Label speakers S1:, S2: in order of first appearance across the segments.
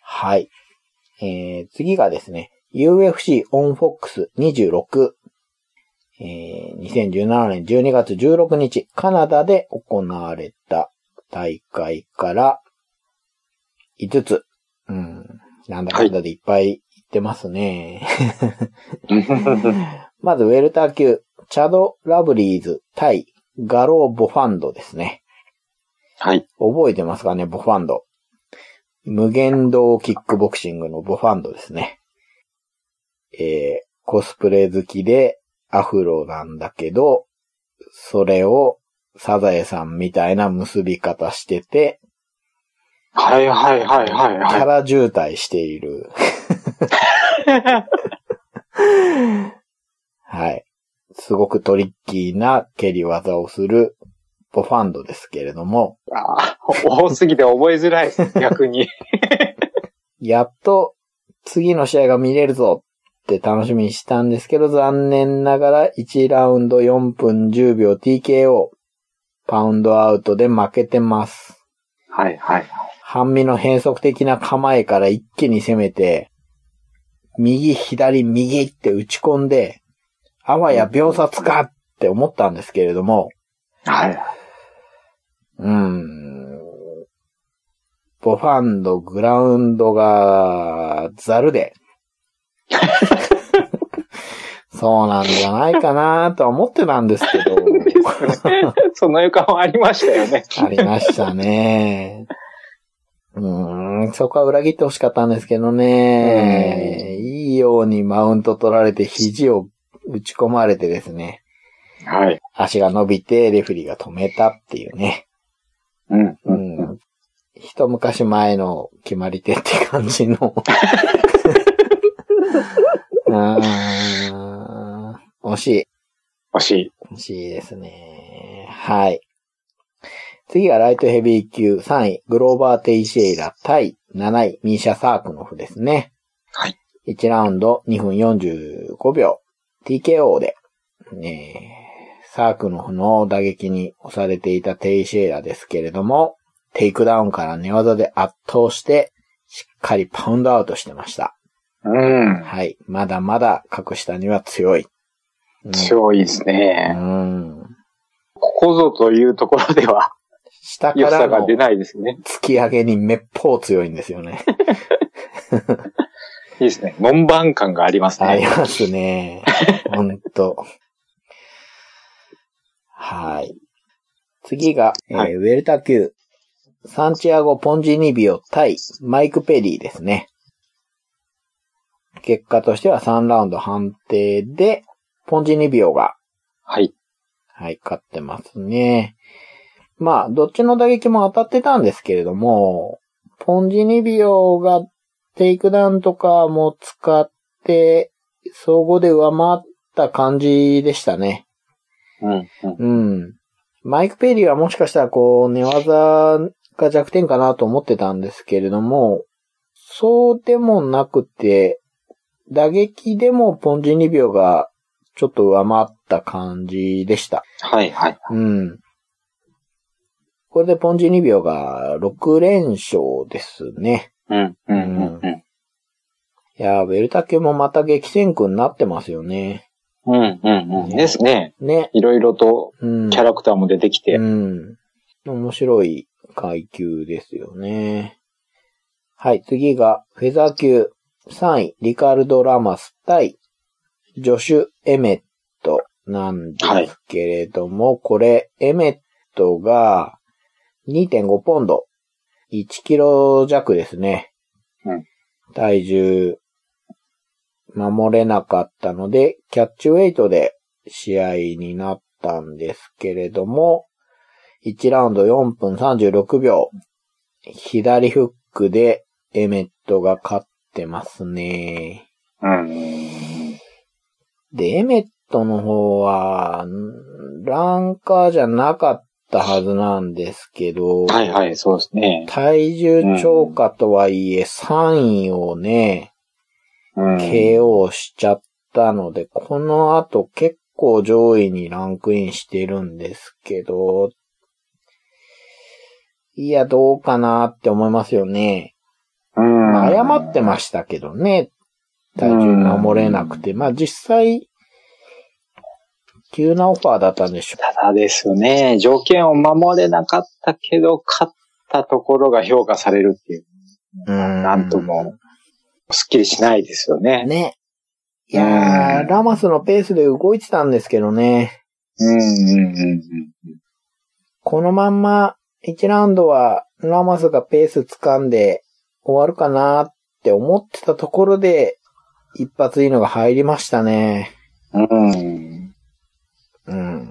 S1: はい。えー、次がですね、UFC on Fox 26。えー、2017年12月16日、カナダで行われた大会から5つ。うん。なんだかんだでいっぱい行ってますね。 まず、ウェルター級、チャド・ラブリーズ対ガロー・ボファンドですね。
S2: はい。
S1: 覚えてますかね、ボファンド。無限堂キックボクシングのボファンドですね。えー、コスプレ好きでアフロなんだけど、それをサザエさんみたいな結び方してて、
S2: はいはいはいはい
S1: キャ
S2: は
S1: ラ渋滞してい る。はい。すごくトリッキーな蹴り技をするボファンドですけれども、
S2: い。あー多すぎて覚えづ らい、逆に。
S1: やっと次の試合が見れるぞって楽しみにしたんですけど、残念ながら1ラウンド4分10秒 TKO、パウンドアウトで負けてます。
S2: はいはい。
S1: 半身の変則的な構えから一気に攻めて、右、左、右って打ち込んで、あわや秒殺かって思ったんですけれども、
S2: はい。
S1: うーん。ボファンド、グラウンドが、ザルで。 そうなんじゃないかなとは思ってたんですけど、
S2: その予感はありましたよね。
S1: ありましたね。うーん、そこは裏切ってほしかったんですけどね。いいようにマウント取られて肘を打ち込まれてですね。
S2: はい。
S1: 足が伸びてレフェリーが止めたっていうね。
S2: うん。
S1: う
S2: うん
S1: ん。一昔前の決まり手って感じ の。うーん。惜しい。
S2: 惜しい。
S1: 惜しいですね。はい。次がライトヘビー級3位、グローバー・テイシェイラ対7位、ミーシャ・サークノフですね。
S2: はい。
S1: 1ラウンド2分45秒、TKO で、ねえサークノフの打撃に押されていたテイシェイラですけれども、テイクダウンから寝技で圧倒して、しっかりパウンドアウトしてました。
S2: うん。
S1: はい。まだまだ格下には強い。うん
S2: 強いです
S1: う
S2: ね。
S1: ん。
S2: ここぞというところでは、
S1: 下か
S2: 良
S1: ら
S2: さ
S1: の
S2: が出
S1: 突
S2: ないですね。
S1: き上げにめっぽう強いんですよ ね。
S2: いいですね。門番感があります
S1: あり
S2: ね。
S1: ます ね。ほんと。はい。次が、えー
S2: はい
S1: ウェルター級。サンチアゴ・ポンジニビオ対マイク・ペリーですね。結果としては3ラウンド判定で、ポンジニビオが
S2: はい。
S1: はい、勝ってますね。まあ、どっちの打撃も当たってたんですけれども、ポンジニビオがテイクダウンとかも使って、総合で上回った感じでしたね。
S2: うん。うん
S1: うん。マイク・ペリーはもしかしたらこう、寝技が弱点かなと思ってたんですけれども、そうでもなくて、打撃でもポンジニビオがちょっと上回った感じでした。
S2: はいはい。
S1: うん。これでポンジ2秒が6連勝ですね。
S2: うん。うん。うん。
S1: いやー、ウェルタ級もまた激戦区になってますよね。
S2: うん。うん。うん。ですね。
S1: ね。
S2: いろいろと
S1: うん。
S2: キャラクターも出てきて
S1: う。ん。面白い階級ですよね。はい、次が、フェザー級3位、リカルド・ラマス対、ジョシュ・エメットなんですけれども、これ、エメットが2.5ポンド、1キロ弱ですね。
S2: うん
S1: 体重、守れなかったので、キャッチウェイトで試合になったんですけれども、1ラウンド4分36秒、左フックでエメットが勝ってますね。
S2: うん。
S1: で、エメットの方は、んランカーじゃなかったはずなんですけど、
S2: はいはい、そうですね。
S1: 体重超過とはいえ3位をね、
S2: うん。
S1: KO しちゃったので、この後結構上位にランクインしてるんですけど、いや、どうかなって思いますよね。
S2: うん。
S1: まあ謝ってましたけどね。体重守れなくて。まあ実際、急なオファーだったんでしょう。
S2: ただですね、条件を守れなかったけど、勝ったところが評価されるっていう、
S1: うん
S2: なんと。も、すっきりしないですよね。
S1: ね。いや
S2: うん
S1: ー、ラマスのペースで動いてたんですけどね。
S2: うん、うん、うん
S1: このまんま、1ラウンドはラマスがペース掴んで終わるかなーって思ってたところで、一発いいのが入りましたね。
S2: うん、うん。
S1: うん。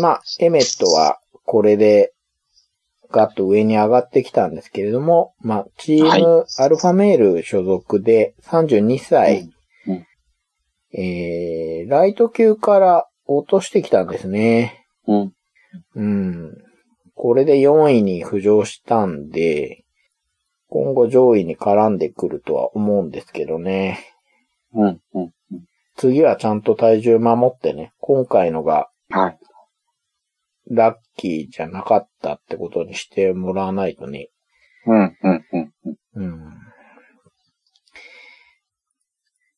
S1: まあ、エメットはこれで、ガッと上に上がってきたんですけれども、まあ、チームアルファメール所属で32歳、
S2: うん
S1: えー、ライト級から落としてきたんですね。
S2: うん。
S1: うん。これで4位に浮上したんで、今後上位に絡んでくるとは思うんですけどね。
S2: うん、うん。
S1: 次はちゃんと体重守ってね、今回のが
S2: はい。
S1: ラッキーじゃなかったってことにしてもらわないとね。
S2: うん、うん、うん。
S1: うん。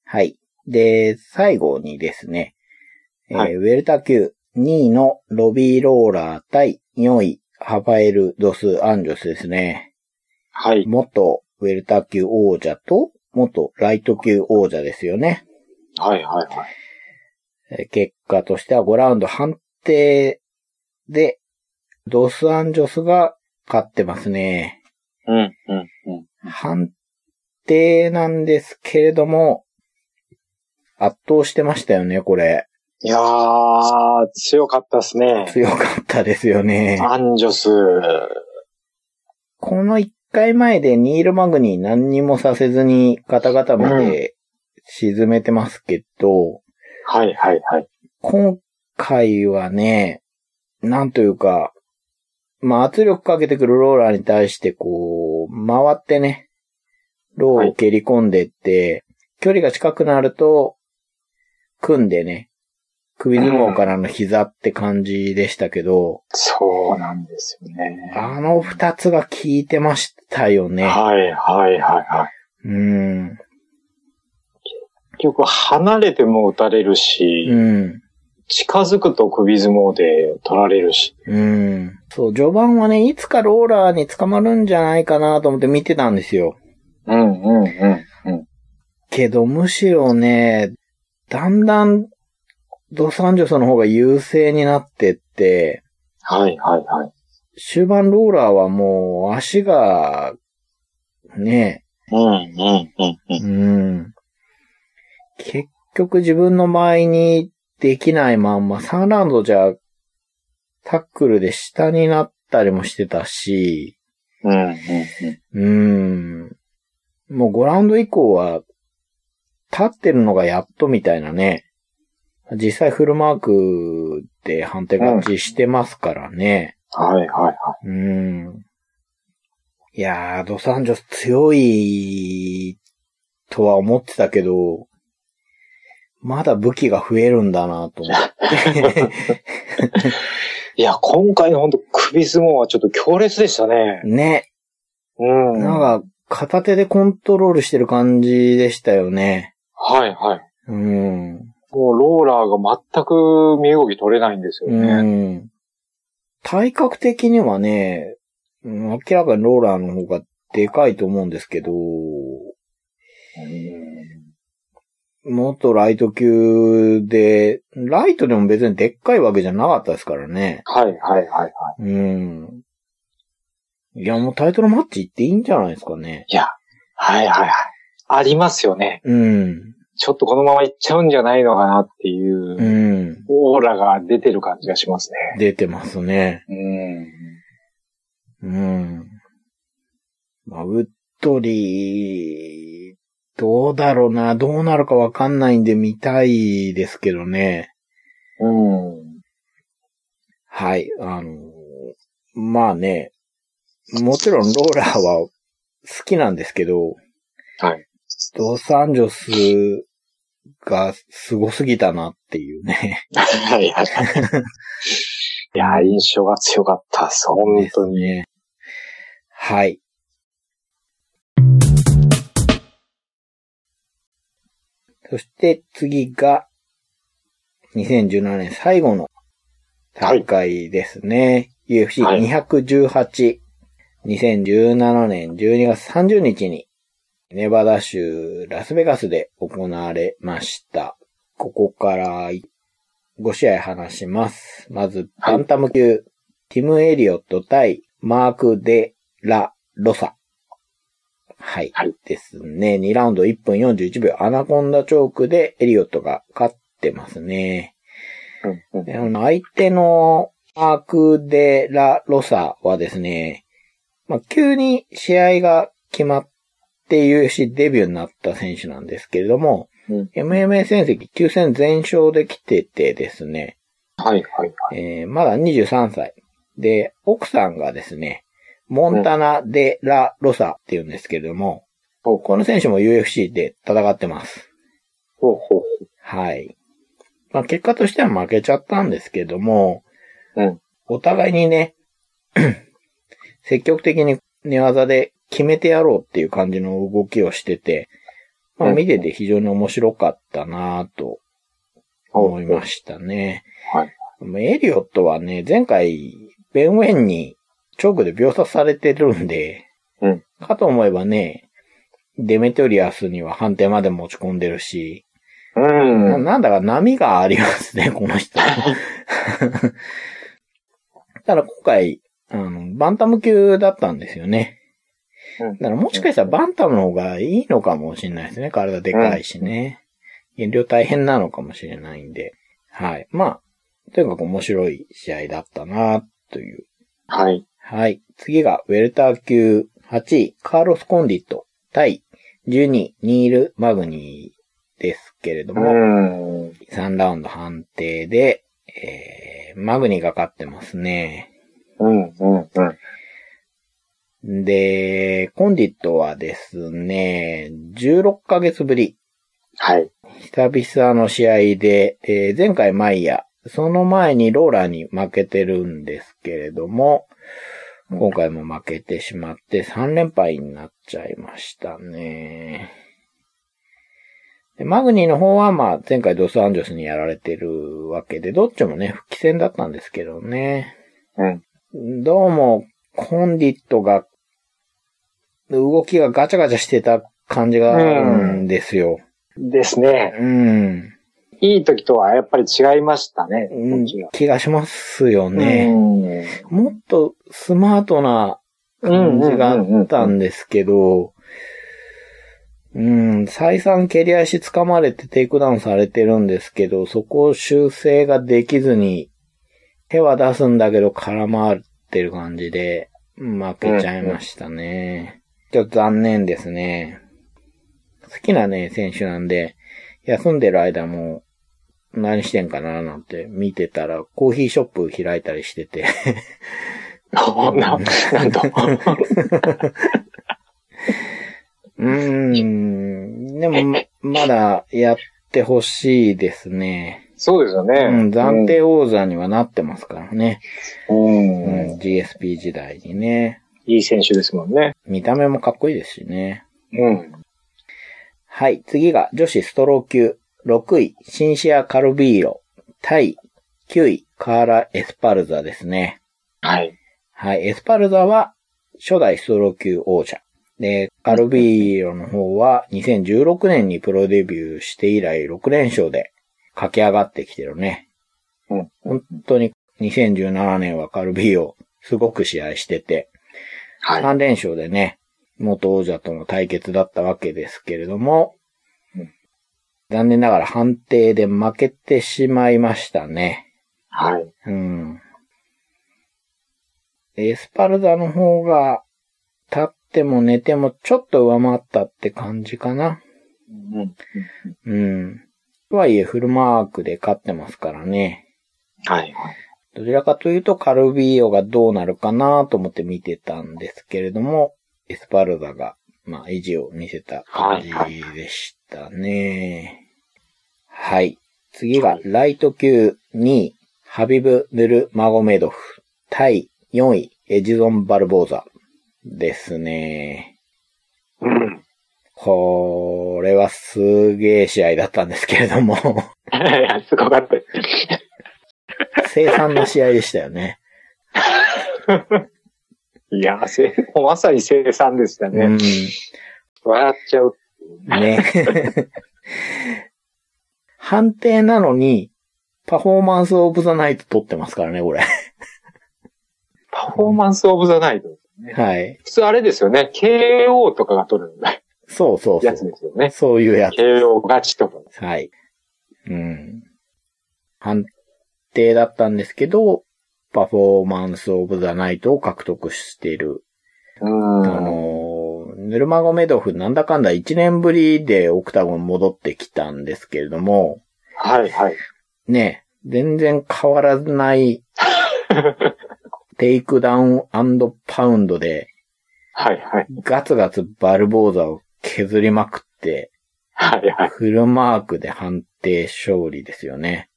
S1: はい。で、最後にですね、えー
S2: はい
S1: ウェルタ級2位のロビー・ローラー対4位ハファエル・ドス・アンジョスですね。
S2: はい。
S1: 元ウェルタ級王者と元ライト級王者ですよね。
S2: はい、はい、はい。
S1: えー結果としては5ラウンド判定でドス・アンジョスが勝ってますね。
S2: うん、うん、うん。
S1: 判定なんですけれども、圧倒してましたよね、これ。
S2: いやー、強かったですね。
S1: 強かったですよね。
S2: アンジョス。
S1: この1回前でニール・マグに何にもさせずに肩固めて沈めてますけど、
S2: はい、はい、はい。
S1: 今回はね、なんというか、まあ圧力かけてくるローラーに対してこう、回ってね、ローを蹴り込んでって、距離が近くなると、組んでね、首相撲からの膝って感じでしたけど、
S2: そうなんですよね。
S1: あの二つが効いてましたよね。
S2: はい、はい、はい、はい。
S1: うん。
S2: 結局、離れても打たれるし、
S1: うん。
S2: 近づくと首相撲で取られるし。
S1: うん。そう、序盤はね、いつかローラーに捕まるんじゃないかなと思って見てたんですよ。
S2: うん、うん、うん、うん。
S1: けど、むしろね、だんだん、ドサンジョスの方が優勢になってって、
S2: はい、はい、はい。
S1: 終盤ローラーはもう足が、ね、
S2: うん、うん、うん、うん。
S1: うん。結局自分の前にできないまんま、3ラウンドじゃ、タックルで下になったりもしてたし、
S2: うん、うん、
S1: うん。もう5ラウンド以降は、立ってるのがやっとみたいなね。実際フルマークで判定勝ちしてますからね。
S2: はい、はい、はい。
S1: うん。いやー、ドサンジョス強いとは思ってたけど、まだ武器が増えるんだなと思って。
S2: いや、今回の本当首相撲はちょっと強烈でしたね。
S1: ね。
S2: うん。
S1: なんか、片手でコントロールしてる感じでしたよね。
S2: はい、はい。
S1: うん。
S2: もうローラーが全く身動き取れないんですよ
S1: う
S2: ね。
S1: ん。体格的にはね、うん明らかにローラーの方がでかいと思うんですけど、元ライト級で、ライトでも別にでっかいわけじゃなかったですからね。
S2: はい、はい、はい、はい。
S1: うん。いや、もうタイトルマッチ行っていいんじゃないですかね。
S2: いや、はい、はい、はい。ありますよね。
S1: うん。
S2: ちょっとこのままいっちゃうんじゃないのかなっていう。
S1: うん。
S2: オーラが出てる感じがしますね。
S1: 出てますね。
S2: うん。
S1: うん。まあ、ウッドリー、どうだろうな。どうなるかわかんないんで見たいですけどね。
S2: うん。
S1: はい。あの、まあね、もちろんローラーは好きなんですけど、
S2: はい。
S1: ドサンジョスが凄すぎたなっていうね。
S2: はいはい。いや、印象が強かったです。本当に。
S1: ね。はい。そして次が、2017年最後の大会ですね。
S2: はい
S1: UFC218、2017年12月30日に、ネバダ州ラスベガスで行われました。ここから5試合話します。まず、
S2: はい
S1: バンタム級、ティム・エリオット対マーク・デ・ラ・ロサ。はい。
S2: はい
S1: ですね。2ラウンド1分41秒、アナコンダチョークでエリオットが勝ってますね。
S2: うんうん
S1: であの相手のマーク・デ・ラ・ロサはですね、まあ、急に試合が決まって UFC デビューになった選手なんですけれども、
S2: うん
S1: MMA 戦績9戦全勝できててですね、
S2: はいはいはい。
S1: えーまだ23歳。で、奥さんがですね、モンタナ・デ・ラ・ロサっていうんですけれども、
S2: ほう
S1: この選手も UFC で戦ってます。
S2: ほうほう。
S1: はい。まあ、結果としては負けちゃったんですけども、
S2: うん。
S1: お互いにね、 積極的に寝技で決めてやろうっていう感じの動きをしてて、まあ、見てて非常に面白かったなぁと思いましたね。
S2: はい。
S1: もうエリオットはね、前回、ベンウェンにチョークで秒殺されてるんで、
S2: うん
S1: かと思えばね、デメトリアスには判定まで持ち込んでるし、
S2: うん。
S1: ななんだか波がありますね、 この 人。ただ今回、あの、バンタム級だったんですよね。
S2: うん
S1: だからもしかしたらバンタムの方がいいのかもしれないですね。体でかいしね。減量大変なのかもしれないんで。はい。まあ、とにかく面白い試合だったな、という。
S2: はい。
S1: はい。次が、ウェルター級8位、カーロス・コンディット対12位、ニール・マグニーですけれど
S2: う
S1: も、
S2: ん。
S1: 3ラウンド判定で、えー、マグニが勝ってますね。
S2: うんうんうん。
S1: で、コンディットはですね、16ヶ月ぶり、
S2: はい。
S1: 久々の試合で、えー前回マイヤ、その前にローラーに負けてるんですけれども、今回も負けてしまって3連敗になっちゃいましたね。でマグニーの方は、まあ、前回ドスアンジョスにやられてるわけで、どっちもね、復帰戦だったんですけどね。
S2: うん。
S1: どうも、コンディットが、動きがガチャガチャしてた感じがあるんですよ。
S2: ですね。
S1: うん。
S2: いい時とはやっぱり違いましたね。
S1: うん
S2: こっちが
S1: 気がしますよね。もっとスマートな
S2: うん。
S1: 感じがあ
S2: うんうんうんうん
S1: ったんですけど、うん、再三蹴り足掴まれてテイクダウンされてるんですけど、そこを修正ができずに、手は出すんだけど空回ってる感じで、負けちゃいましたね。ちょっと残念ですね。好きなね、選手なんで、休んでる間も、何してんかななんて見てたら、コーヒーショップ開いたりしてて、
S2: な、なんと。
S1: うーん。でも、ままだやってほしいですね。
S2: そうですよね。
S1: うん、暫定王座にはなってますからね。
S2: うん。
S1: う
S2: うん
S1: ん、GSP 時代にね。
S2: いい選手ですもんね。
S1: 見た目もかっこいいですしね。
S2: うん。
S1: はい、次が女子ストロー級6位、シンシア・カルビーロ対9位、カーラ・エスパルザですね。
S2: はい。
S1: はい、エスパルザは初代ストロー級王者。で、カルビーロの方は2016年にプロデビューして以来6連勝で駆け上がってきてるね。
S2: うん。
S1: 本当に2017年はカルビーロすごく試合してて、
S2: は
S1: 3連勝でね、元王者との対決だったわけですけれども
S2: うん、
S1: 残念ながら判定で負けてしまいましたね。
S2: い。はい。
S1: うん。エスパルダの方が、立っても寝てもちょっと上回ったって感じかな。
S2: うん。
S1: うん。とはいえフルマークで勝ってますからね。
S2: はい。
S1: どちらかというとカルビーヨがどうなるかなと思って見てたんですけれども、エスパルダが、まあ、意地を見せた感じでしたね。はい。次が、ライト級2位、ハビブ・ヌル・マゴメドフ、対4位、エジゾン・バルボーザですね。
S2: うん。
S1: これはすげえ試合だったんですけれども、
S2: いやすごかったです。
S1: 凄惨な試合でしたよね。
S2: いや、せ もうまさに生産でしたね。
S1: うん。
S2: 笑っちゃう。
S1: ね。判定なのに、パフォーマンスオブザナイト取ってますからね、これ。
S2: パフォーマンスオブザナイト。
S1: はい。
S2: 普通あれですよね。KO とかが取る
S1: そうそうそ
S2: や
S1: う
S2: つ。ですよね。
S1: そういうやつ。
S2: KO 勝ちとか。
S1: はい。うん。判定だったんですけど、パフォーマンスオブザナイトを獲得している。
S2: う
S1: あ
S2: ん。
S1: のー、ヌルマゴメドフなんだかんだ1年ぶりでオクタゴン戻ってきたんですけれども、
S2: はいはい。
S1: ね、全然変わら ない、テイクダウンパウンドで、
S2: はいはい。
S1: ガツガツバルボーザを削りまくって、
S2: はいはい。
S1: フルマークで判定勝利ですよね。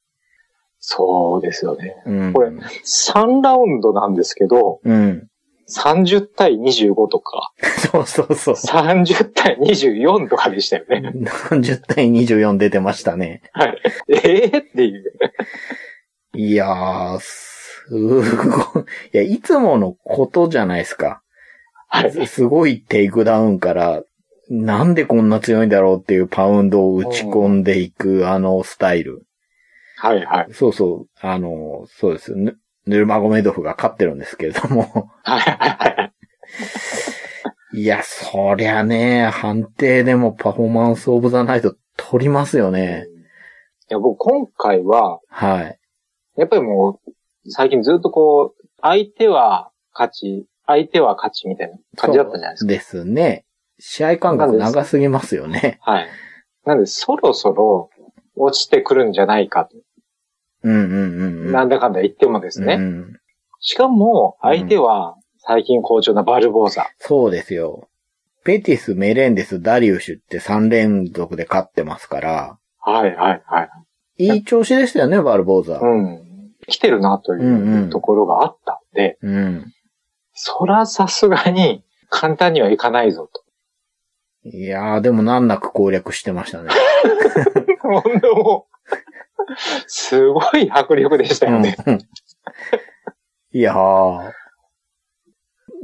S2: そうですよね。
S1: うん。
S2: これ3ラウンドなんですけど、
S1: うん。
S2: 30対25とか、
S1: そうそうそう。
S2: 30対24とかでしたよね。
S1: 40対24出てましたね。
S2: ええっていう。
S1: いやー、すごい。いや、いつものことじゃないですか。
S2: は い。
S1: すすごいテイクダウンから、なんでこんな強いんだろうっていうパウンドを打ち込んでいくあのスタイル。
S2: はいはい。
S1: そうそう、あの、そうです。ヌヌルマゴメドフが勝ってるんですけれども。
S2: はいはいはい。
S1: いや、そりゃね、判定でもパフォーマンスオブザナイト取りますよね。
S2: いや、僕今回は、
S1: はい。
S2: やっぱりもう、最近ずっとこう、相手は勝ち、相手は勝ちみたいな感じだったじゃないですか。
S1: ですね。試合間隔長すぎますよね。
S2: はい。なんで、そろそろ落ちてくるんじゃないかと。
S1: うんうんうんうん。
S2: なんんだかんだ言ってもですね。
S1: うん。
S2: しかも、相手は最近好調なバルボーザ。
S1: そうですよ。ペティス、メレンデス、ダリウシュって3連続で勝ってますから、
S2: はいはいはい。
S1: いい調子でしたよね、バルボーザ。
S2: うん。来てるなとい
S1: んう
S2: うんうところがあったんで、
S1: うん。
S2: そらさすがに簡単にはいかないぞと。
S1: いやー、でも難なく攻略してま したね。
S2: ほんでもう、すごい迫力でしたよね。
S1: うんうんいやー、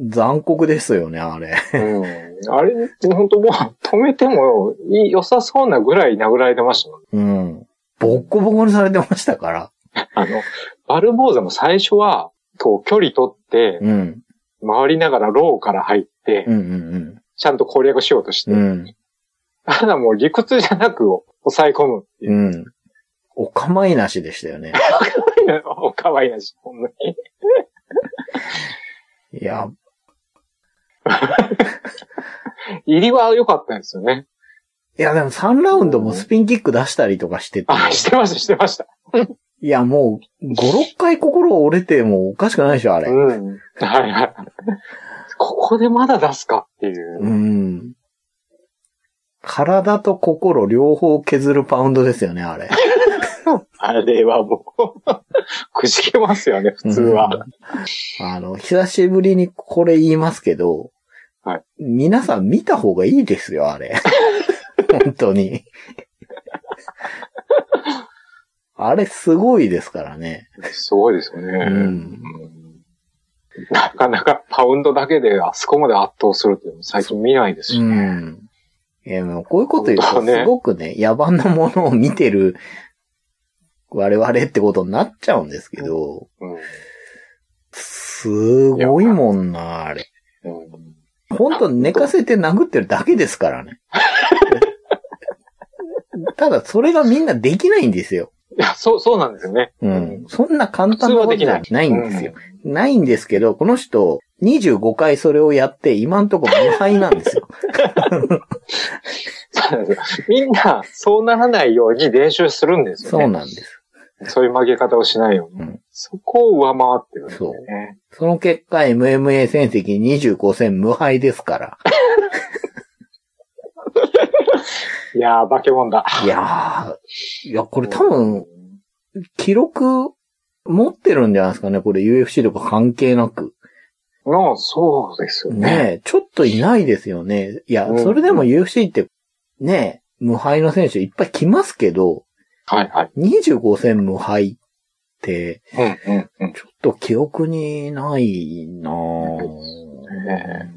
S1: 残酷ですよね、あれ。
S2: うんあれ、本当もう止めてもいい良さそうなぐらい殴られてましたもん。
S1: うん。ボッコボコにされてましたから。
S2: あの、バルボーザも最初は、こう距離取って、
S1: うん。
S2: 回りながらローから入って
S1: う、んうん
S2: ちゃんと攻略しようとし
S1: うん。う
S2: て、
S1: ん。
S2: ただもう理屈じゃなく抑え込む っていう。
S1: うん。お構いなしでしたよね。
S2: おかわいなし、ほんまに。
S1: いや、
S2: 入りは良かったんですよね。
S1: いやでも3ラウンドもスピンキック出したりとかしてて。
S2: あ、してました、してました。
S1: いや、もう、5、6回心折れてもおかしくないでしょ、あれ。
S2: うん。はいはい。ここでまだ出すかっていう。
S1: うん。体と心両方削るパウンドですよね、あれ。
S2: あれはもう、くじけますよね、 普通は。
S1: あの、久しぶりにこれ言いますけど、
S2: はい
S1: 皆さん見た方がいいですよ、 あれ。本当に。あれすごいですからね。
S2: すごいですよね。
S1: うん
S2: うんなかなかパウンドだけであそこまで圧倒するっていうのも最近見ないですし
S1: う
S2: ね。
S1: ん。いや、もうこういうこと言う
S2: そ
S1: と、
S2: うだ
S1: す
S2: ね
S1: ごくね、野蛮なものを見てる我々ってことになっちゃうんですけど、
S2: うん
S1: すごいもんな、あれ。
S2: うん
S1: ほんと寝かせて殴ってるだけですからね。 ただ、それがみんなできないんですよ。
S2: いや、そう、そうなんですよね。
S1: うん。そんな簡
S2: 普通
S1: 単な
S2: は
S1: こ
S2: で
S1: と
S2: き
S1: じ
S2: な
S1: ゃ
S2: い。
S1: ないんですよ。ないんですけど、この人、25回それをやって、今んとこ無敗なんですよ。
S2: そうなんですよ。みんな、そうならないように練習するんです よ
S1: そ
S2: ね。
S1: うなんです。
S2: そういう曲げ方をしないように。
S1: うん
S2: そこを上回ってるんです
S1: そう
S2: よ。ね。
S1: その結果、MMA 戦績25戦無敗です から。
S2: いやー、化け物だ。
S1: いやー、いや、これ多分、記録持ってるんじゃないですかね。これ UFC とか関係なく。
S2: の、そうですよね。
S1: ねえ、ちょっといないですよね。いや
S2: う、ん
S1: それでも UFC ってね、無敗の選手いっぱい来ますけど、
S2: はいはい。
S1: 25戦無敗って、
S2: うんうんうん。
S1: ちょっと記憶にないなぁ。
S2: ね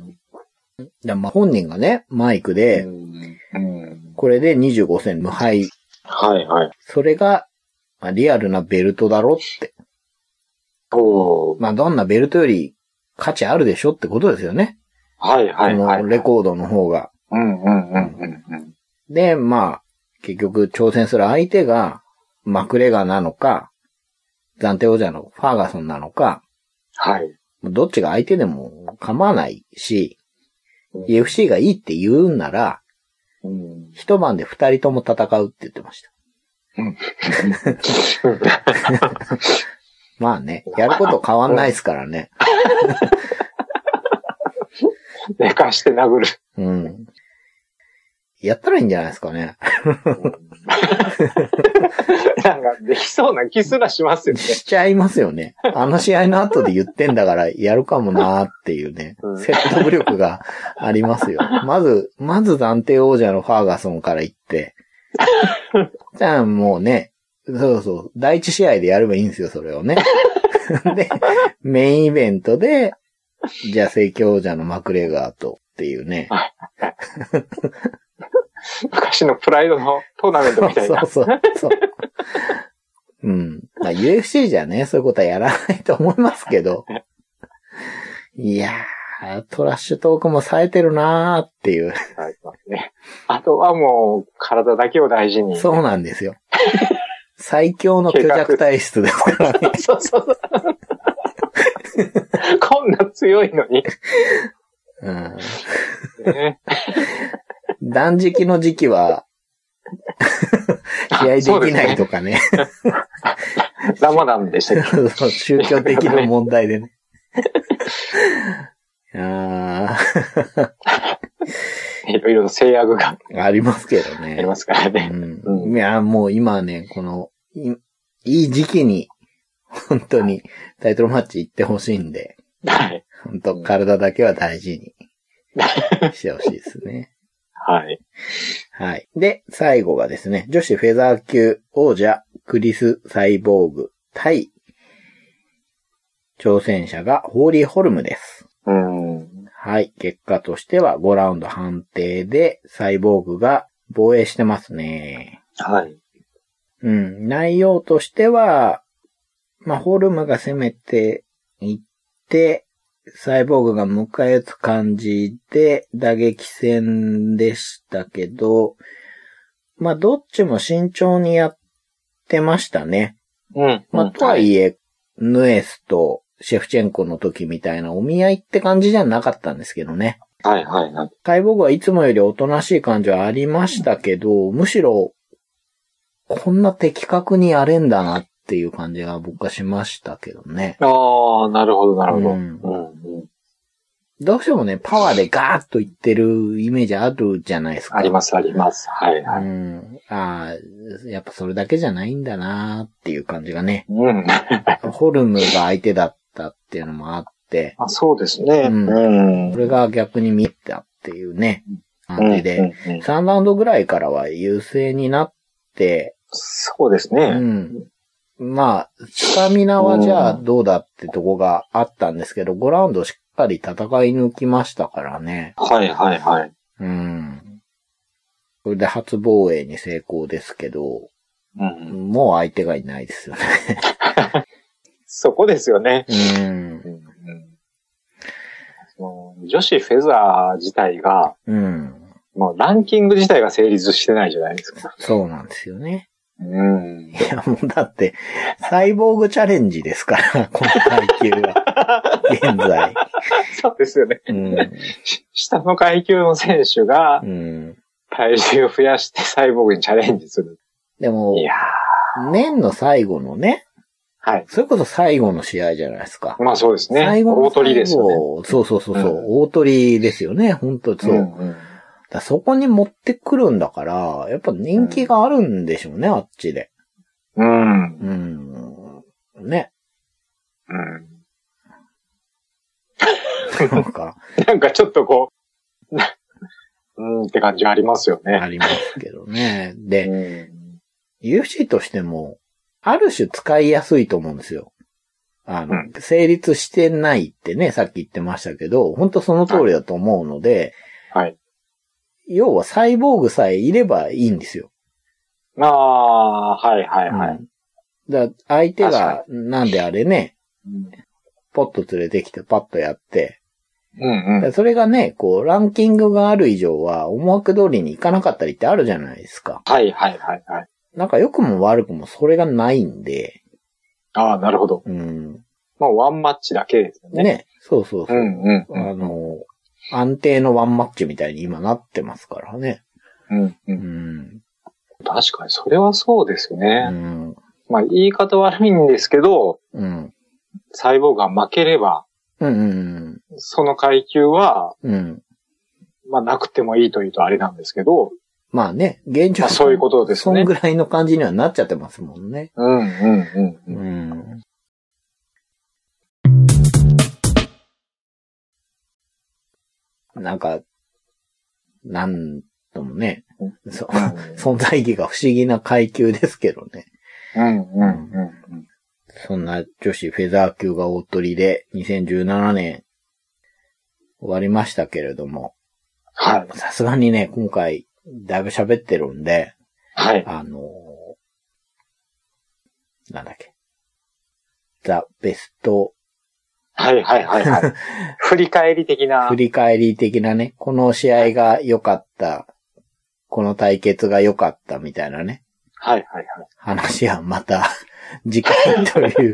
S1: でまあ本人がね、マイクで、
S2: うんうん
S1: これで25戦無敗。
S2: はいはい。
S1: それが、まあ、リアルなベルトだろって。
S2: おー
S1: まあ、どんなベルトより価値あるでしょってことですよね。
S2: はいはいはい。
S1: このレコードの方が。
S2: うんうんうんうんうん。
S1: で、まあ、結局挑戦する相手が、マクレガーなのか、暫定王者のファーガソンなのか、
S2: はい。
S1: どっちが相手でも構わないし、UFC がいいって言うんなら、
S2: うん
S1: 一晩で二人とも戦うって言ってました。 まあね、やること変わんないですからね。
S2: 寝かして殴 る。
S1: うん。やったらいいんじゃないですかね。
S2: なんか、できそうな気すらしますよ ね。
S1: しちゃいますよね。あの試合の後で言ってんだから、やるかもなーっていうね
S2: う、ん
S1: 説得力がありますよ。まず、まず暫定王者のファーガソンから行って。じゃあもうね、そうそう、第一試合でやればいいんですよ、それをね。で、メインイベントで、じゃあ正教王者のマクレガーとっていうね。
S2: 昔のプライドのトーナメントみたい
S1: そ
S2: な
S1: う。そうそう。うん。まあ、UFC じゃね、そういうことはやらないと思いますけど。いやー、トラッシュトークも冴えてるなーっていう。
S2: ありますねあとはもう、体だけを大事に。
S1: そうなんですよ。最強の虚弱体質ですからね。
S2: そうそうそう。こんな強いのに。
S1: うん。
S2: ね
S1: 断食の時期 は、試合できないとかね。
S2: ラマダンでしたっけ
S1: そうそう宗教的な問題でね。あ
S2: いろいろと制約が
S1: ー、ありますけど
S2: あ
S1: ね。
S2: りますからね。
S1: う。
S2: うんん
S1: いや、もう今ね、この、いいい時期に、本当にタイトルマッチ行ってほしいんで、
S2: はい。
S1: 本当体だけは大事にしてほしいですね。
S2: はい。
S1: はい。で、最後がですね、女子フェザー級王者クリス・サイボーグ対挑戦者がホーリー・ホルムです。
S2: うん。
S1: はい。結果としては5ラウンド判定でサイボーグが防衛してますね。
S2: はい。
S1: うん。内容としては、まあ、ホルムが攻めていって、サイボーグが迎え撃つ感じで打撃戦でしたけど、まあ、どっちも慎重にやってましたね。
S2: うん。
S1: まあ、とは
S2: え。
S1: いえ、ヌエスとシェフチェンコの時みたいなお見合いって感じじゃなかったんですけどね。
S2: はいはいはい。
S1: サイボーグはいつもよりおとなしい感じはありましたけど、むしろ、こんな的確にやれんだなっていう感じが僕はしましたけどね。
S2: ああ、なるほどなるほど。
S1: う
S2: うんんうん。
S1: どうしてもね、パワーでガーッといってるイメージあるじゃないですか。
S2: ありますあります。はいは
S1: う
S2: い。。
S1: ん。ああ、やっぱそれだけじゃないんだなっていう感じがね
S2: うん。
S1: ホルムが相手だったっていうのもあって、
S2: あそうですね。
S1: うん
S2: ん
S1: それが逆に見えたっていうね、感じ
S2: うん
S1: で。
S2: うんうん
S1: 3ラウンドぐらいからは優勢になって、
S2: そうですね。
S1: うん。まあ、スタミナはじゃあどうだってとこがあったんですけど、5ラウンドしっかり戦い抜きましたからね。
S2: はいはいはい。
S1: うん。これで初防衛に成功ですけど、
S2: うん、
S1: もう相手がいないですよね。
S2: そこですよね。
S1: うん。
S2: その女子フェザー自体が、
S1: うん。
S2: もうランキング自体が成立してないじゃないですか。
S1: そうなんですよね。
S2: うん
S1: い。や、もうだって、サイボーグチャレンジですから、この階級は。現在。
S2: そうですよね。
S1: うん。
S2: し下の階級の選手が
S1: うん。体
S2: 体重を増やしてサイボーグにチャレンジする。
S1: でも
S2: い、やー。
S1: 年の最後のね、
S2: はい。
S1: それこそ最後の試合じゃないですか。
S2: まあそうですね。
S1: 最後の
S2: 大鳥ですよね。
S1: ね。そうそうそうそう、
S2: うん
S1: 大鳥ですよね、本当そう。だか
S2: んん
S1: らそこに持ってくるんだから、やっぱ人気があるんでしょうね、あっちで。
S2: うん。
S1: うん。 ね。
S2: うん。
S1: なんか、
S2: なんかちょっとこう、なうーんって感じありますよ
S1: あ
S2: ね。
S1: りますけどね。
S2: う
S1: で、
S2: ん
S1: UFC としても、ある種使いやすいと思うんですよ。あの、
S2: うん
S1: 成立してないってね、さっき言ってましたけど、本当その通りだと思うので、
S2: はい。
S1: 要はサイボーグさえいればいいんですよ。
S2: まあ、はいはいは
S1: う
S2: い。
S1: んだ相手が
S2: 確、
S1: なんであれね、
S2: うん
S1: ポッと連れてきてパッとやって、
S2: うんうん。
S1: それがね、こう、ランキングがある以上は、思惑通りにいかなかったりってあるじゃないですか。
S2: はいはいはいはい。
S1: なんか良くも悪くもそれがないんで、
S2: ああ、なるほど。
S1: うん。
S2: まあ、ワンマッチだけですよね。
S1: ね。そうそう
S2: う
S1: そう。
S2: んうん
S1: あの、安定のワンマッチみたいに今なってますからね。
S2: うん。う
S1: うんん。
S2: 確かに、それはそうですよ
S1: う
S2: ね。
S1: ん。
S2: まあ、言い方悪いんですけど、
S1: うん。
S2: サイボーグが負ければ、
S1: うん。うん
S2: その階級は、
S1: うん。うん。
S2: まあ、なくてもいいというとあれなんですけど、
S1: まあね、現状
S2: まあ、そういうことです
S1: そん
S2: ね。
S1: ぐらいの感じにはなっちゃってますもんね。
S2: うんうんうんうん。
S1: ん。なんか、なんともね、そ存在意義が不思議な階級ですけどね。
S2: うんうんうん
S1: そんな女子フェザー級が大鳥で2017年終わりましたけれども、
S2: はい。
S1: さすがにね、今回だいぶ喋ってるんで、
S2: はい。
S1: あのーなんだっけ。ザ・ベスト
S2: はいはいはい はい。振り返り的な
S1: 振。り返り的なね、この試合が良かった、この対決が良かったみたいなね、
S2: はいはいは
S1: 話はまた 次回という、
S2: い。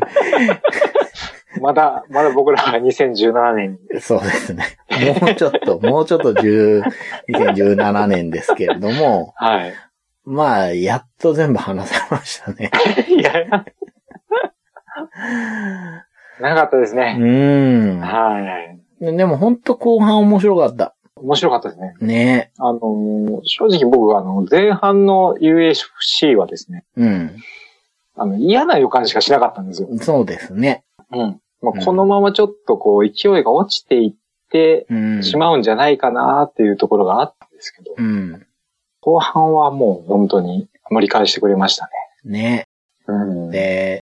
S2: まだ、まだ僕らは2017年
S1: そうですね。もうちょっと、もうちょっと10 2017年ですけれども、
S2: はい。
S1: まあ、やっと全部話せましたね。
S2: いや、なかったです
S1: う
S2: ね。
S1: ーん。
S2: はい。
S1: でも本当後半面白かった。
S2: 面白かったですね。
S1: ね
S2: あのー正直僕はあの、前半の UAC はですね、
S1: うん。
S2: あの、嫌な予感しかしなかったんですよ。
S1: そうですね。
S2: うん。まあ、このままちょっとこう、勢いが落ちていって
S1: うん。
S2: しまうんじゃないかなっていうところがあったんですけど、
S1: うん。
S2: 後半はもう本当に盛り返してくれましたね。
S1: ね
S2: うん。
S1: で、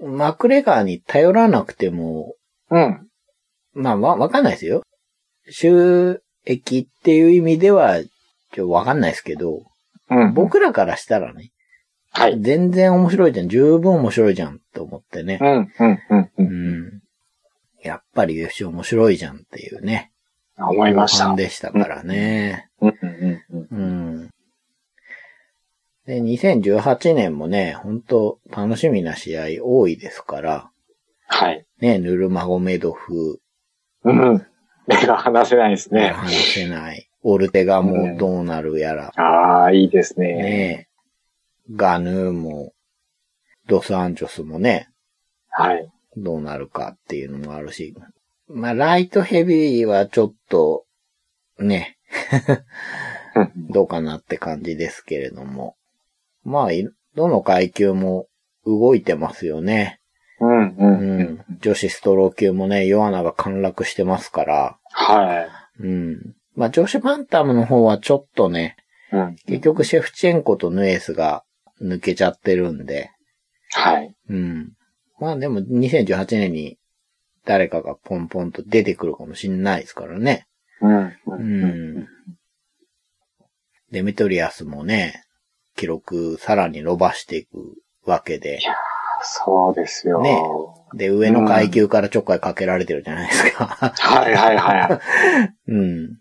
S1: マクレガーに頼らなくても、
S2: うん。
S1: まあ、わ、わかんないですよ。収益っていう意味では、ちょ、わかんないですけど、
S2: うん。
S1: 僕らからしたらね、
S2: はい。
S1: 全然面白いじゃん、十分面白いじゃんと思ってね
S2: う。ん、うん、うん、う。
S1: うんん。やっぱり UFC 面白いじゃんっていうね。
S2: 思いまし
S1: 後半
S2: た。
S1: でしたからね。
S2: うん、うん、う
S1: う
S2: ん。
S1: ん。で、2018年もね、本当楽しみな試合多いですから、
S2: はい。
S1: ね、ヌルマゴメドフ、
S2: うん。目が離せないですね。
S1: 話せない、オルテガもどうなるやら、
S2: ああ、いいですね。
S1: ねガヌーも、ドスアンチョスもね、
S2: はい。
S1: どうなるかっていうのもあるし、まあ、ライトヘビーはちょっと、ね、
S2: うん
S1: どうかなって感じですけれども、まあ、いどの階級も動いてますよね。
S2: うん、う、
S1: うん
S2: うん
S1: ん。。女子ストロー級もね、ヨアナが陥落してますから、
S2: は
S1: うん。まあ、女子バンタムの方はちょっとね、
S2: い。うん。
S1: 結局シェフチェンコとヌエスが抜けちゃってるんで、
S2: はい。
S1: うん。まあでも2018年に誰かがポンポンと出てくるかもしんないですからね。
S2: うん。う。
S1: うんん。デメトリアスもね、記録さらに伸ばしていくわけで、
S2: そうですよ。
S1: ねで、上の階級からちょっかいかけられてるじゃないですか。
S2: はい、はい、は
S1: うん。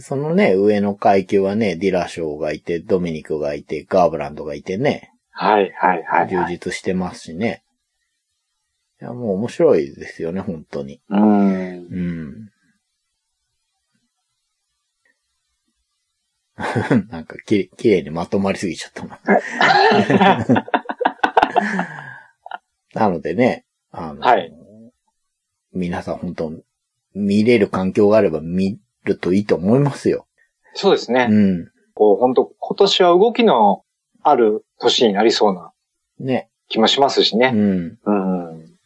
S1: そのね、上の階級はね、ディラショーがいて、ドミニクがいて、ガーブランドがいてね、
S2: い。はい、はい、 はい
S1: 充
S2: はい。
S1: 実してますしね。いや、もう面白いですよね、本当に。
S2: うん。
S1: うん。 なんかきれ、きれいにまとまりすぎちゃったな。 なのでね、あの、
S2: はい
S1: 皆さん本当、見れる環境があれば見るといいと思いますよ。
S2: そうですね。
S1: うん。
S2: こう、本当今年は動きのある年になりそうな
S1: ね。
S2: 気もしますし
S1: う
S2: ね。
S1: ん。
S2: うん。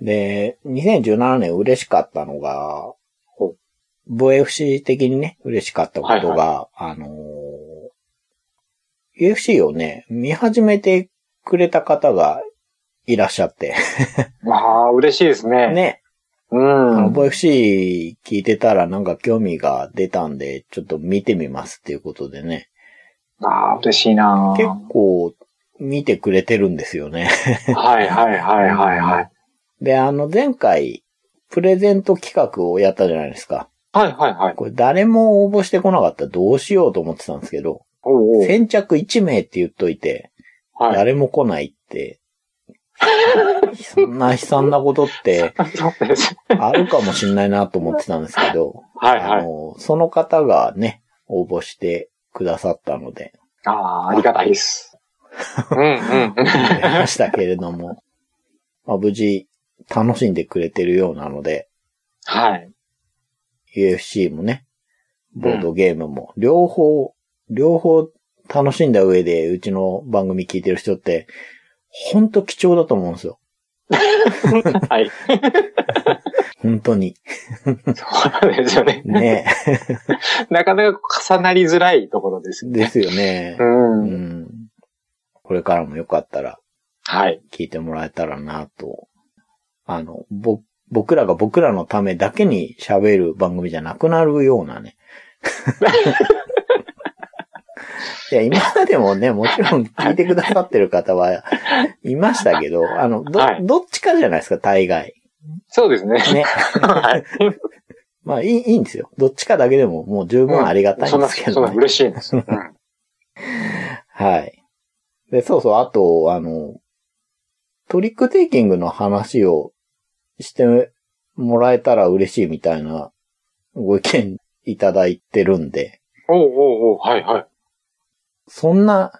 S1: で、2017年嬉しかったのが、 VFC 的にね、嬉しかったことが、
S2: はい
S1: あのー UFC をね、見始めてくれた方がいらっしゃって、
S2: ああ、嬉しいですね。
S1: ね、
S2: う
S1: あの
S2: ん。
S1: VFC 聞いてたらなんか興味が出たんで、ちょっと見てみますっていうことでね、
S2: ああ、嬉しいな
S1: 結構見てくれてるんですよね。
S2: はいはいはいはいはい。
S1: で、あの、前回、プレゼント企画をやったじゃないですか。
S2: はいはいはい。
S1: これ誰も応募してこなかったらどうしようと思ってたんですけど、
S2: おうおう
S1: 先着1名って言っといて、
S2: はい。
S1: 誰も来ないって、そんな悲惨なことって
S2: そうです。
S1: あるかもしんないなと思ってたんですけど、
S2: はいは
S1: あ
S2: い。
S1: の、その方がね、応募してくださったの で、
S2: ああ、ありがたいです。うんうん。
S1: やりましたけれども、まあ、無事楽しんでくれてるようなので、
S2: はい。
S1: UFC もね、ボードゲームも、両方、両方楽しんだ上で、うちの番組聞いてる人って、ほんと貴重だと思うんですよ。
S2: はい。
S1: 本当に。
S2: そうなんですよね。
S1: ね
S2: なかなか重なりづらいところですよね。
S1: ですよね
S2: う。。
S1: うんん。これからもよかったら、
S2: はい。
S1: 聞いてもらえたらなと。あの、ぼ、僕らが僕らのためだけに喋る番組じゃなくなるようなね。 いや、今までもね、もちろん聞いてくださってる方はいましたけど、あの、ど、
S2: はい
S1: どっちかじゃないですか、大概。
S2: そうですね。
S1: ね。
S2: はい。
S1: まあ、いい、いいんですよ。どっちかだけでももう十分ありがたい
S2: そ
S1: ん
S2: ん
S1: で
S2: な、
S1: すけ
S2: そん
S1: ど、
S2: な
S1: ね
S2: 嬉しいんですよ。うん
S1: はい。で、そうそう、あと、あの、トリックテイキングの話をしてもらえたら嬉しいみたいなご意見いただいてるんで、
S2: おうおうおう、はいはい。
S1: そんな、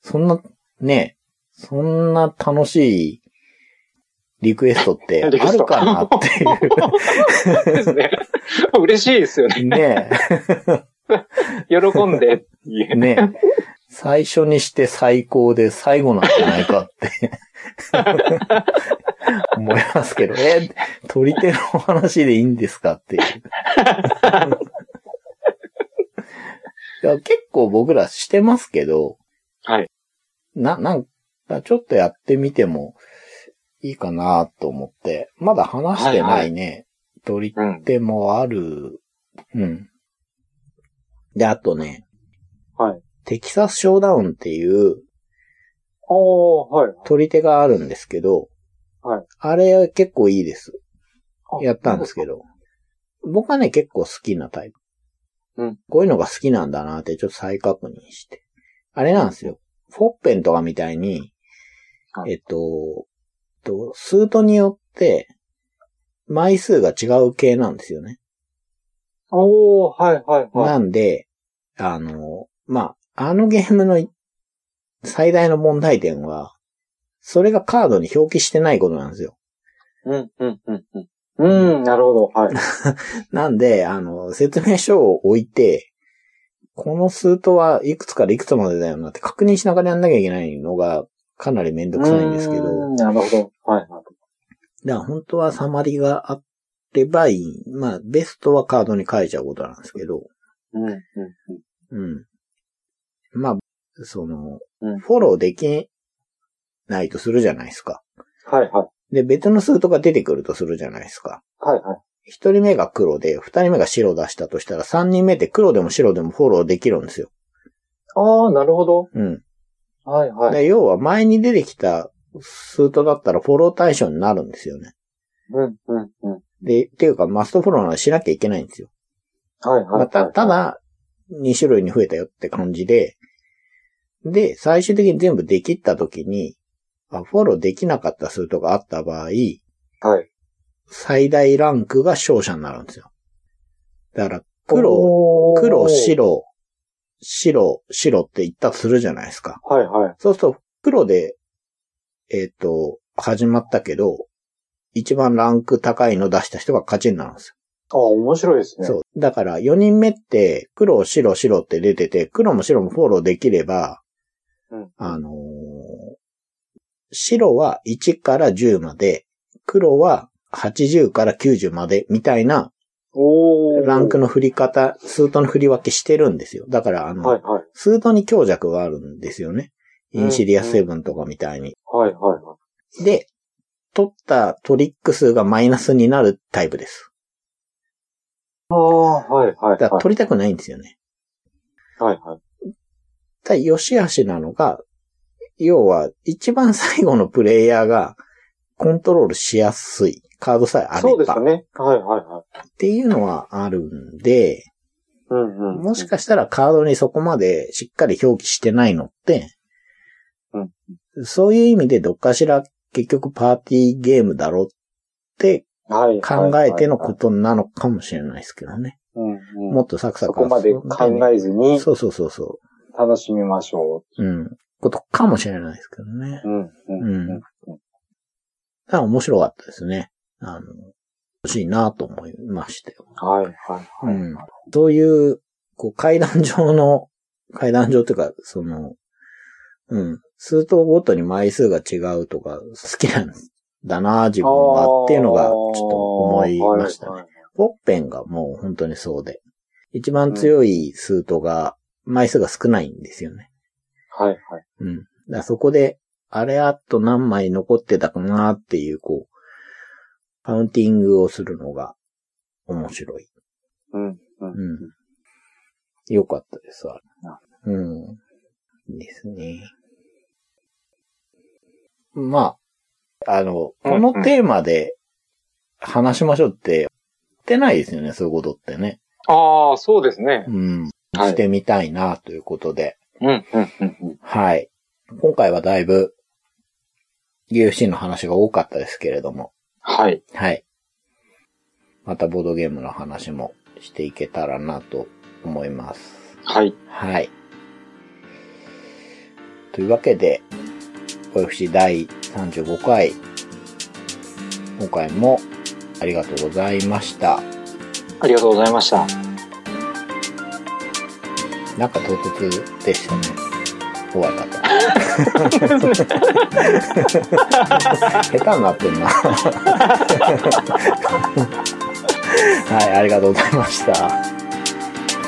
S1: そんな、ね、そんな楽しいリクエストってあ
S2: リクエス
S1: る
S2: ト
S1: かなっていう。
S2: そうですね。 嬉しいですよね。
S1: ね
S2: 喜んでっていう。
S1: ね最初にして最高で最後なんじゃないかって。思いますけど、え、取り手の話でいいんですかっていう。いや結構僕らしてますけど、
S2: はい。
S1: な、なんかちょっとやってみてもいいかなと思って、まだ話してないね、取り
S2: うん。
S1: 手もある。うん。で、あとね、
S2: はい。
S1: テキサスショーダウンっていう
S2: おー、はい。
S1: 取り手があるんですけど、
S2: はい
S1: あれ結構いいです。
S2: あ
S1: やったんですけ。ど。僕はね、結構好きなタイプ。
S2: うん
S1: こういうのが好きなんだなってちょっと再確認して。あれなんですよ。フォッペンとかみたいに、
S2: はい
S1: えっと、えっとスートによって、枚数が違う系なんですよね。
S2: おー、はいはいはい。
S1: なんで、あの、まあ、あのゲームの最大の問題点は、それがカードに表記してないことなんですよ。
S2: うん、うん、うん、うん。うん、なるほど。はい。
S1: なんで、あの、説明書を置いて、この数とはいくつからいくつまでだよなって確認しながらやんなきゃいけないのがかなりめんどくさいんですけ
S2: う
S1: ど、
S2: んなるほど。はいは
S1: だ
S2: い。
S1: から本当はサマリがあってばいい。まあ、ベストはカードに書いちゃうことなんですけど、
S2: うん、う
S1: うん。まあ、その、
S2: ん、うん。
S1: フォローできないとするじゃないですか。
S2: はいはい。
S1: で、別の数とが出てくるとするじゃないですか。
S2: はいはい。
S1: 一人目が黒で、二人目が白出したとしたら、三人目って黒でも白でもフォローできるんですよ。
S2: ああ、なるほど。
S1: うん。
S2: はいはい。
S1: で要は前に出てきたスートだったらフォロー対象になるんですよね。
S2: うん、うん、うん。
S1: で、っていうかマストフォローならしなきゃいけないんですよ。
S2: はいはいはい。
S1: また、ただ、2種類に増えたよって感じで、で、最終的に全部できった時に、あフォローできなかったスートがあった場合、
S2: はい。
S1: 最大ランクが勝者になるんですよ。だから、黒、
S2: おー
S1: 黒、。白、白、白って言ったとするじゃないですか。
S2: はいはい。
S1: そうすると、黒で、えっ、と、始まったけど、一番ランク高いの出した人が勝ちになるんです
S2: ああ、面白いです
S1: よ。
S2: ね。
S1: そう。だから、4人目って、黒、白、白って出てて、黒も白もフォローできれば、
S2: うん
S1: あのー白は1から10まで、黒は80から90まで、みたいな
S2: おー
S1: ランクの振り方、スートの振り分けしてるんですよ。だから、あの、
S2: はいはい。
S1: スートに強弱があるんですよね。インシリアス
S2: うん
S1: セブンとかみたいに。
S2: はいはいはい。
S1: で、取ったトリック数がマイナスになるタイプです。
S2: ああー、はいはいは
S1: だ
S2: い。
S1: から取りたくないんですよね。
S2: はいはい。
S1: ただ、よしあしなのが、要は、一番最後のプレイヤーが、コントロールしやすい。カードさえあ
S2: そう
S1: れ
S2: です
S1: ば。
S2: よね。はいはいはい。
S1: っていうのはあるんで、
S2: うんうん。
S1: もしかしたらカードにそこまでしっかり表記してないのって、
S2: うん
S1: そういう意味でどっかしら結局パーティーゲームだろうって
S2: はい
S1: 考えてのこ
S2: は
S1: となのかもしれないですけどね。
S2: いはいはいうんう
S1: も
S2: ん
S1: っとサクサ
S2: そ
S1: ク
S2: こまで考えずに
S1: そうそうそうそ
S2: 楽しみましょ
S1: う。うん。ことかもしれないですけどね
S2: う。。うんうん
S1: うん
S2: うん。
S1: だから面白かったですね。あの、欲しいなと思いましたよ。
S2: はいはいはい。
S1: うんそういう、こう階段上の、階段上というか、その、うん、数頭ごとに枚数が違うとか、好きなんだな、自分はっていうのが、ちょっと思いましたね。
S2: ね。
S1: ポッペンがもう本当にそうで。一番強い数頭が、枚数が少ないんですよね。
S2: はいはいはい。
S1: うん。だからそこで、あれあと何枚残ってたかなっていう、こう、カウンティングをするのが面白い。
S2: うんうん。
S1: うん。よかったです、あ
S2: あ
S1: れ。うん。ですね。まあ、あの、
S2: うんう
S1: こ
S2: ん
S1: のテーマで話しましょうって、ってないですよね、そういうことってね。
S2: ああ、そうですね。
S1: うん。
S2: はい
S1: してみたいな、ということで。
S2: うんうんうんうん。
S1: はい。今回はだいぶ、UFC の話が多かったですけれども。
S2: はい。
S1: はい。またボードゲームの話もしていけたらなと思います。
S2: はい。
S1: はい。というわけで、OFC 第35回、今回もありがとうございました。
S2: ありがとうございました。
S1: なんか唐突でしたね。怖かった。下手になってんな。はい、ありがとうございました。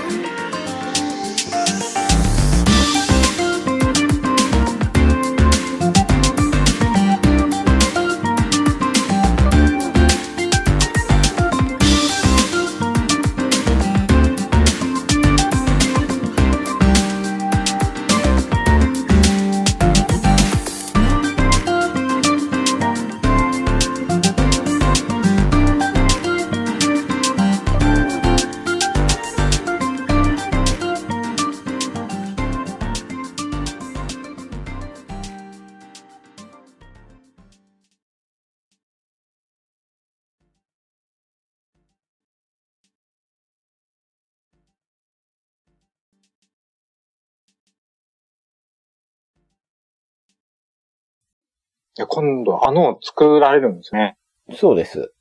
S2: いや今度、あの、作られるんで すね。
S1: そうです。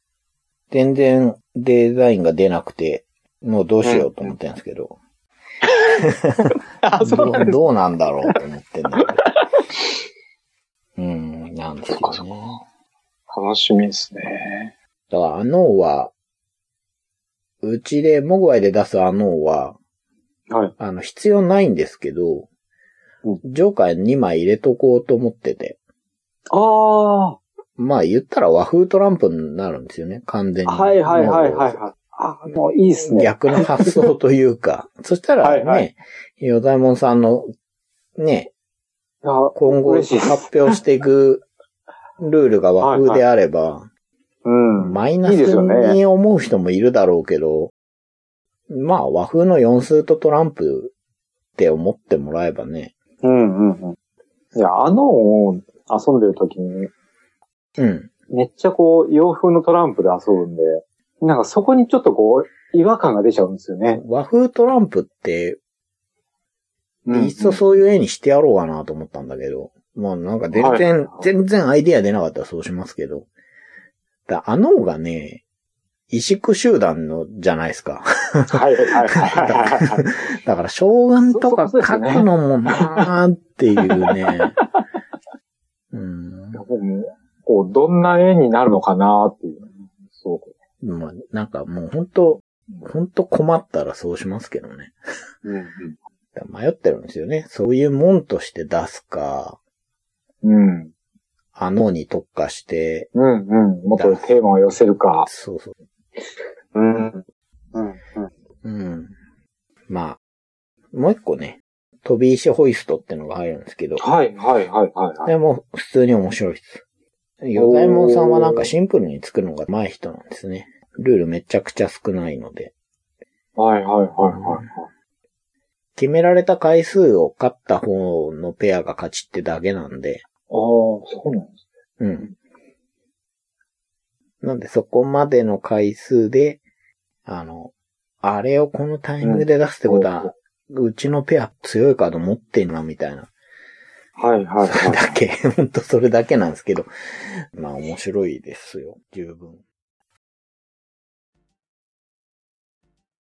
S1: 全然デザインが出なくて、もうどうしようと思ってるんですけど。
S2: あ
S1: ど
S2: なん
S1: う
S2: です
S1: どうなんだろうと思ってんだけど。うん、なんですよ
S2: そっかそっ
S1: ね。
S2: 楽しみですね。
S1: だから、あのは、うちで、モグワイで出すあのは、
S2: はい。
S1: あの、必要ないんですけど
S2: うん、
S1: ジョーカー2枚入れとこうと思ってて。
S2: ああ、
S1: まあ言ったら和風トランプになるんですよね、完全に。
S2: はいはいはいはいはい。あ、もういいですね。
S1: 逆の発想という か、そしたらね、
S2: はいはい
S1: ヨダイモンさんの、ね、
S2: いや
S1: 今後
S2: 嬉しい
S1: 発
S2: です。
S1: 表していくルールが和風であれば、
S2: うん。
S1: マイナス
S2: いいですよね。
S1: に思う人もいるだろうけど、まあ和風の四数とトランプって思ってもらえばね、
S2: うんうんうん。いや、あのを遊んでる時に、
S1: うん、
S2: めっちゃこう、洋風のトランプで遊ぶんで、なんかそこにちょっとこう、違和感が出ちゃうんですよね。
S1: 和風トランプって、いっそそういう絵にしてやろうかなと思ったんだけど、まあなんか全然、
S2: はい
S1: 全然アイディア出なかったらそうしますけど、だあのがね、萎縮集団のじゃないですか。
S2: はいはいはいはいはい。
S1: だから将軍とか
S2: そ
S1: 書
S2: うそうです
S1: く
S2: ね
S1: のもなーっていうね。うん
S2: いや僕もこう、どんな絵になるのかなっていう。すごく。
S1: まあ、なんかもう本当ほんと困ったらそうしますけどね。
S2: うん
S1: だから迷ってるんですよね。そういうもんとして出すか、
S2: うん。うん。
S1: あのに特化して、
S2: うんうん。もっとテーマを寄せるか。
S1: そうそう。
S2: うん。うん。うん。
S1: うん。まあ、もう一個ね、飛び石ホイストってのが入るんですけど、
S2: はいはいはいはい
S1: こ
S2: はい。
S1: れも普通に面白いです。与左衛門さんはなんかシンプルに作るのが上手い人なんですね。ルールめちゃくちゃ少ないので。
S2: はいはいはいはいはい。
S1: 決められた回数を勝った方のペアが勝ちってだけなんで、
S2: ああ、そうなんです
S1: うん。なんでそこまでの回数で、あの、あれをこのタイミングで出すってことは、うちのペア強いカード持ってんな、みたいな。
S2: ね。はいはい
S1: それ
S2: は
S1: だけ、ほんとそれだけなんですけど。まあ面白いですよ、十分。